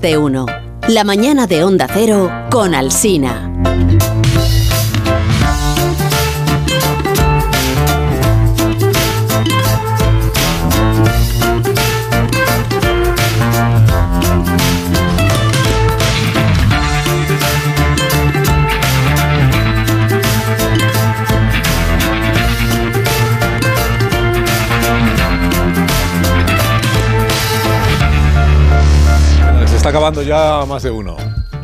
de uno. La mañana de Onda Cero con Alsina. Se está acabando ya más de uno.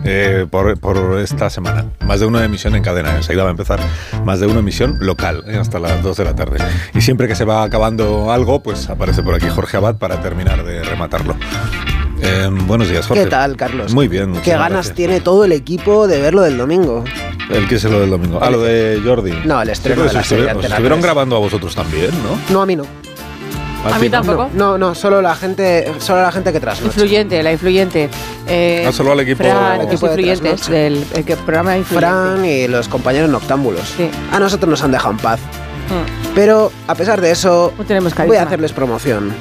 eh, por, por esta semana. Más de una emisión en cadena. Enseguida va a empezar más de una emisión local eh, hasta las 2 de la tarde. Y siempre que se va acabando algo, pues aparece por aquí Jorge Abad para terminar de rematarlo. Eh, buenos días, Jorge. ¿Qué tal, Carlos? Muy bien. Qué muchas ganas gracias. tiene todo el equipo de verlo del domingo. El que es lo del domingo. Ah, lo de Jordi. No, el estreno Sí, de la os serie estuvieron- os Antena estuvieron 3. grabando a vosotros también, ¿no? No, a mí no. Ah, A mí sí, ¿no? tampoco. No, no, solo la gente, solo la gente que trasnocha. Influyente, la influyente. Eh, Ah, solo al equipo- Fran, Al los equipo de influyentes trasnoche. del el que- programa influyente. Fran y los compañeros noctámbulos. Sí. A nosotros nos han dejado en paz. Mm, Pero a pesar de eso, No tenemos carisma. voy a hacerles promoción.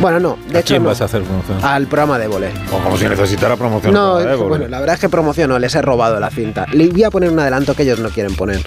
Bueno, no, de ¿A hecho quién no. vas a hacer promoción? al programa de volei. O Como si necesitara promoción. No, ¿eh? Porque- bueno, la verdad es que promociono, les he robado la cinta. Les voy a poner un adelanto que ellos no quieren poner.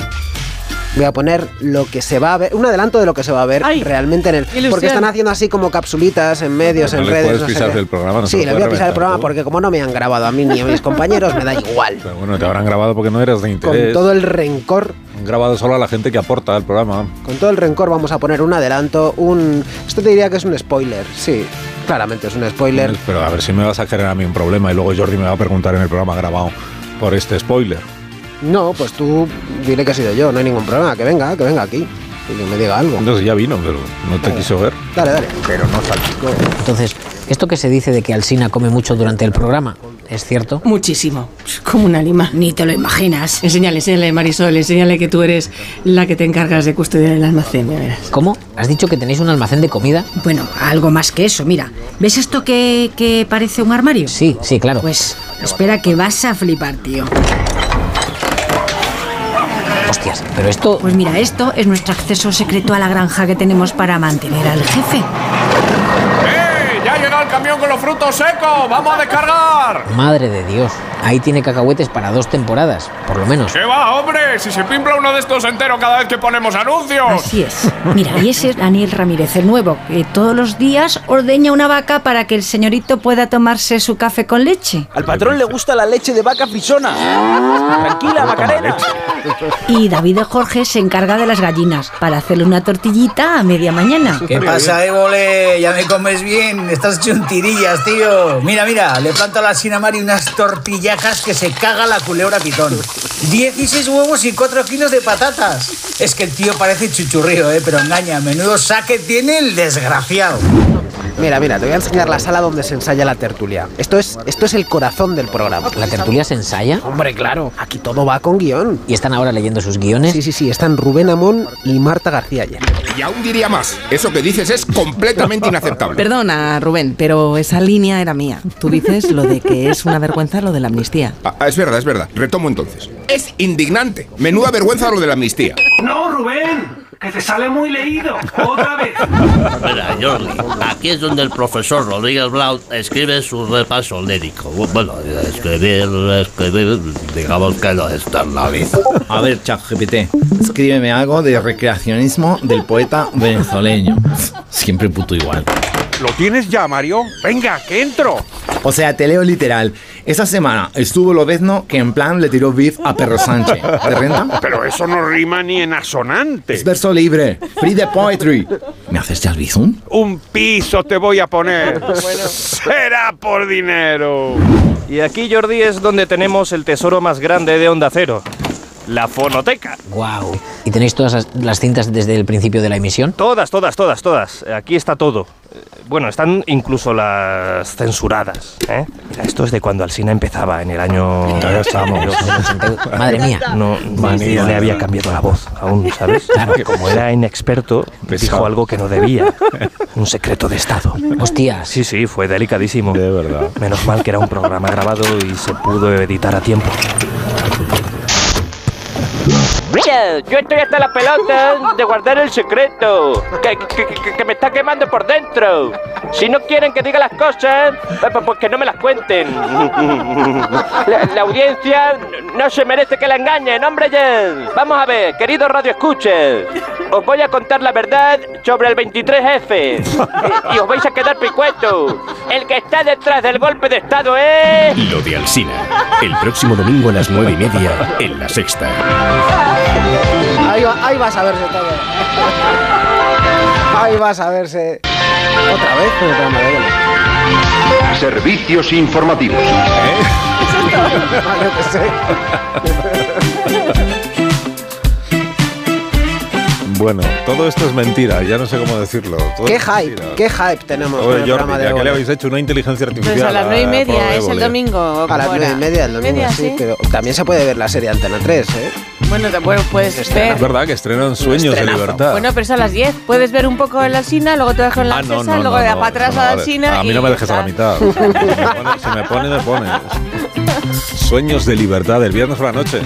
Voy a poner lo que se va a ver, un adelanto de lo que se va a ver Ay, realmente en el. ilusión. Porque están haciendo así como capsulitas en medios, No en le redes. puedes no sé pisar qué. del programa, no se sí, lo le puedes voy a pisar reventar el programa tú. porque como no me han grabado a mí ni a mis compañeros, me da igual. Pero bueno, te habrán grabado porque no eras de Con interés. todo el rencor Han grabado solo a la gente que aporta al programa. Con todo el rencor vamos a poner un adelanto, un... Esto te diría que es un spoiler, sí, claramente es un spoiler. Pero a ver si me vas a generar a mí un problema y luego Jordi me va a preguntar en el programa grabado por este spoiler. No, pues tú dile que he sido yo, no hay ningún problema, que venga, que venga aquí y que me diga algo. Entonces ya vino, pero no te quiso ver. Dale, dale. Pero no Entonces, esto que se dice de que Alsina come mucho durante el programa, ¿es cierto? Muchísimo, como una lima. Ni te lo imaginas. Enséñale, enséñale, Marisol, enséñale que tú eres la que te encargas de custodiar el almacén, ya verás. ¿Cómo? ¿Has dicho que tenéis un almacén de comida? Bueno, algo más que eso, mira. ¿Ves esto que, que parece un armario? Sí, sí, claro. Pues espera que vas a flipar, tío. Hostias, pero esto... Pues mira, esto es nuestro acceso secreto a la granja que tenemos para mantener al jefe. ¡Eh! ¡Ya llega el camión con los frutos secos! ¡Vamos a descargar! Madre de Dios, ahí tiene cacahuetes para dos temporadas, por lo menos. ¡Qué va, hombre! Si se pimpla uno de estos entero cada vez que ponemos anuncios. Así es. Mira, y ese es Daniel Ramírez, el nuevo, que todos los días ordeña una vaca para que el señorito pueda tomarse su café con leche. Al patrón le gusta la leche de vaca frisona. Tranquila, Macarena. Y David de Jorge se encarga de las gallinas para hacerle una tortillita a media mañana. ¿Qué pasa, Évole? Ya me comes bien. Estás hecho un tirillas, tío. Mira, mira, le planto a la Sinamari unas tortillajas que se caga la culebra pitón. 16 huevos y 4 kilos de patatas. Es que el tío parece chuchurrío, ¿eh? Pero engaña, menudo saque tiene el desgraciado. Mira, mira, te voy a enseñar la sala donde se ensaya la tertulia. Esto es, esto es el corazón del programa. ¿La tertulia se ensaya? Hombre, claro, aquí todo va con guión. ¿Y están ahora leyendo sus ¿Eh? guiones? Sí, sí, sí, están Rubén Amón y Marta García ayer. Y aún diría más, eso que dices es completamente inaceptable. Perdona, Rubén, pero esa línea era mía. Tú dices lo de que es una vergüenza lo de la amnistía. Ah, ah, es verdad, es verdad. Retomo entonces. Es indignante. Menuda vergüenza lo de la amnistía. No, Rubén, que te sale muy leído. Otra vez. Espera, Jordi, aquí es donde el profesor Rodríguez Blau escribe su repaso lírico. Bueno, escribir, escribir, digamos que lo externaliza. A ver, ChatGPT, escríbeme algo de recreacionismo del poeta venezolano. Siempre puto igual. ¿Lo tienes ya, Mario? Venga, que entro. O sea, te leo literal. Esa semana estuvo Lobezno que en plan le tiró beef a Perro Sánchez. ¿Te renta? Pero eso no rima ni en asonante. Es verso libre. Free the poetry. ¿Me haces ya el bizum? Un piso te voy a poner. Será por dinero. Y aquí, Jordi, es donde tenemos el tesoro más grande de Onda Cero. La fonoteca. Guau. ¿Y tenéis todas las, las cintas desde el principio de la emisión? Todas, todas, todas, todas. Aquí está todo. Eh, Bueno, están incluso las censuradas. ¿eh? Mira, esto es de cuando Alsina empezaba en el año. Ya estamos. Madre mía. No, no Manía. le había cambiado la voz aún, ¿sabes? Claro. Que como era inexperto, Pesado. dijo algo que no debía. Un secreto de Estado. Hostias. Sí, sí, fue delicadísimo. De verdad. Menos mal que era un programa grabado y se pudo editar a tiempo. Yo estoy hasta la pelota de guardar el secreto, que, que- que- que me está quemando por dentro. Si no quieren que diga las cosas, pues- pues pues que no me las cuenten. La, la audiencia no se merece que la engañen, hombre. ya. Vamos a ver, queridos Radio Escuches, os voy a contar la verdad sobre el 23F. Y, y os vais a quedar picuetos. El que está detrás del golpe de Estado es... Lo de Alsina. El próximo domingo a las nueve y media en La Sexta. Ahí, va- ahí vas a verse todo. Ahí vas a verse. Otra vez, pero de otra manera. Servicios informativos. Yo qué sé. Bueno, todo esto es mentira, ya no sé cómo decirlo. Todo ¿Qué es hype? mentira. ¿Qué hype tenemos Pobre con el Jordi, programa de ya que le Évole? habéis hecho una inteligencia artificial. Pues a las nueve y ah, media, pobre es el Évole. domingo. A las nueve y media del domingo, Media, sí, sí. pero también se puede ver la serie Antena 3, ¿eh? Bueno, te- bueno, puedes ver. Es verdad que estrenan Sueños de estrenazo. Libertad. Bueno, pero es a las 10. Puedes ver un poco en la China, luego te vas con la Ah, no, Alcesa, no, luego no, de no, para atrás eso no a la vale. China. A mí no me dejes a la mitad. Se me pone, se me pone, me pone. Sueños de Libertad, el viernes por la noche.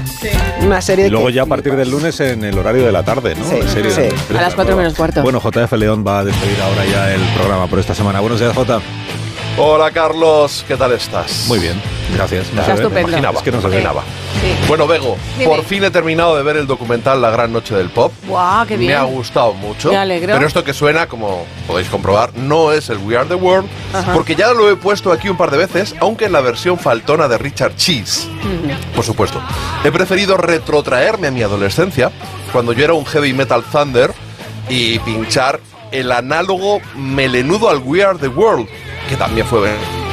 Una serie Y luego ya a partir del lunes en el horario de la tarde, ¿no? Sí, En serio, sí. en tres, A las cuatro menos cuarto. Bueno, JF León va a despedir ahora ya el programa por esta semana. Buenos días, J. Hola Carlos, ¿qué tal estás? Muy bien, gracias. No Está se ve, estupendo. me imaginaba, Es que no se ve. Imaginaba. Bueno, Vego, Dime. por fin he terminado de ver el documental La Gran Noche del Pop. ¡Guau, qué bien! Me ha gustado mucho. Me alegro. Pero esto que suena, como podéis comprobar, no es el We Are the World, Ajá. porque ya lo he puesto aquí un par de veces, aunque en la versión faltona de Richard Cheese. Mm. Por supuesto. He preferido retrotraerme a mi adolescencia, cuando yo era un heavy metal thunder, y pinchar el análogo melenudo al We Are the World, que también fue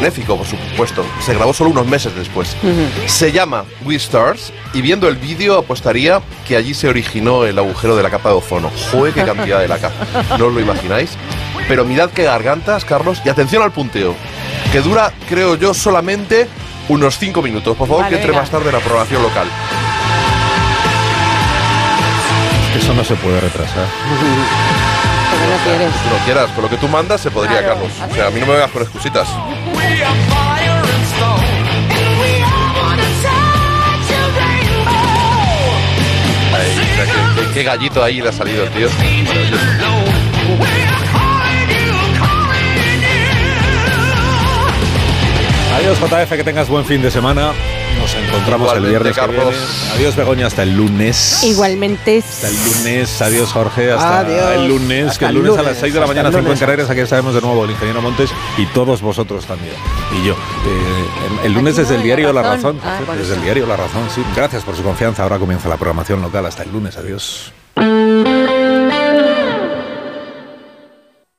benéfico, por supuesto. Se grabó solo unos meses después. Ujú. Se llama We Stars, y viendo el vídeo apostaría que allí se originó el agujero de la capa de ozono. ¡Joder, qué cantidad de laca! No os lo imagináis. Pero mirad qué gargantas, Carlos, y atención al punteo, que dura, creo yo, solamente unos 5 minutos. Por favor, Vale, que entre venga. más tarde la programación local. Eso no se puede retrasar. Porque no quieres. Lo quieras, con lo que tú mandas se podría, Carlos. O sea, a mí no me veas con excusitas. Ay, mira qué, qué- qué gallito ahí le ha salido, tío. Maravilloso. Adiós, JF, que tengas buen fin de semana. Nos encontramos Igualmente, el viernes. que Carlos. viene. Adiós, Begoña, hasta el lunes. Igualmente. Hasta el lunes, adiós Jorge, hasta Adiós. el lunes, Hasta que el el lunes, a las lunes, 6 de la hasta mañana, el 5 en lunes. Canarias, aquí estaremos de nuevo el ingeniero Montes y todos vosotros también. Y yo. Eh, el, el lunes Aquí no, desde el en diario La La Razón. Razón. Ah, por desde el eso. diario La Razón, sí. Gracias por su confianza. Ahora comienza la programación local. Hasta el lunes, adiós. Adiós.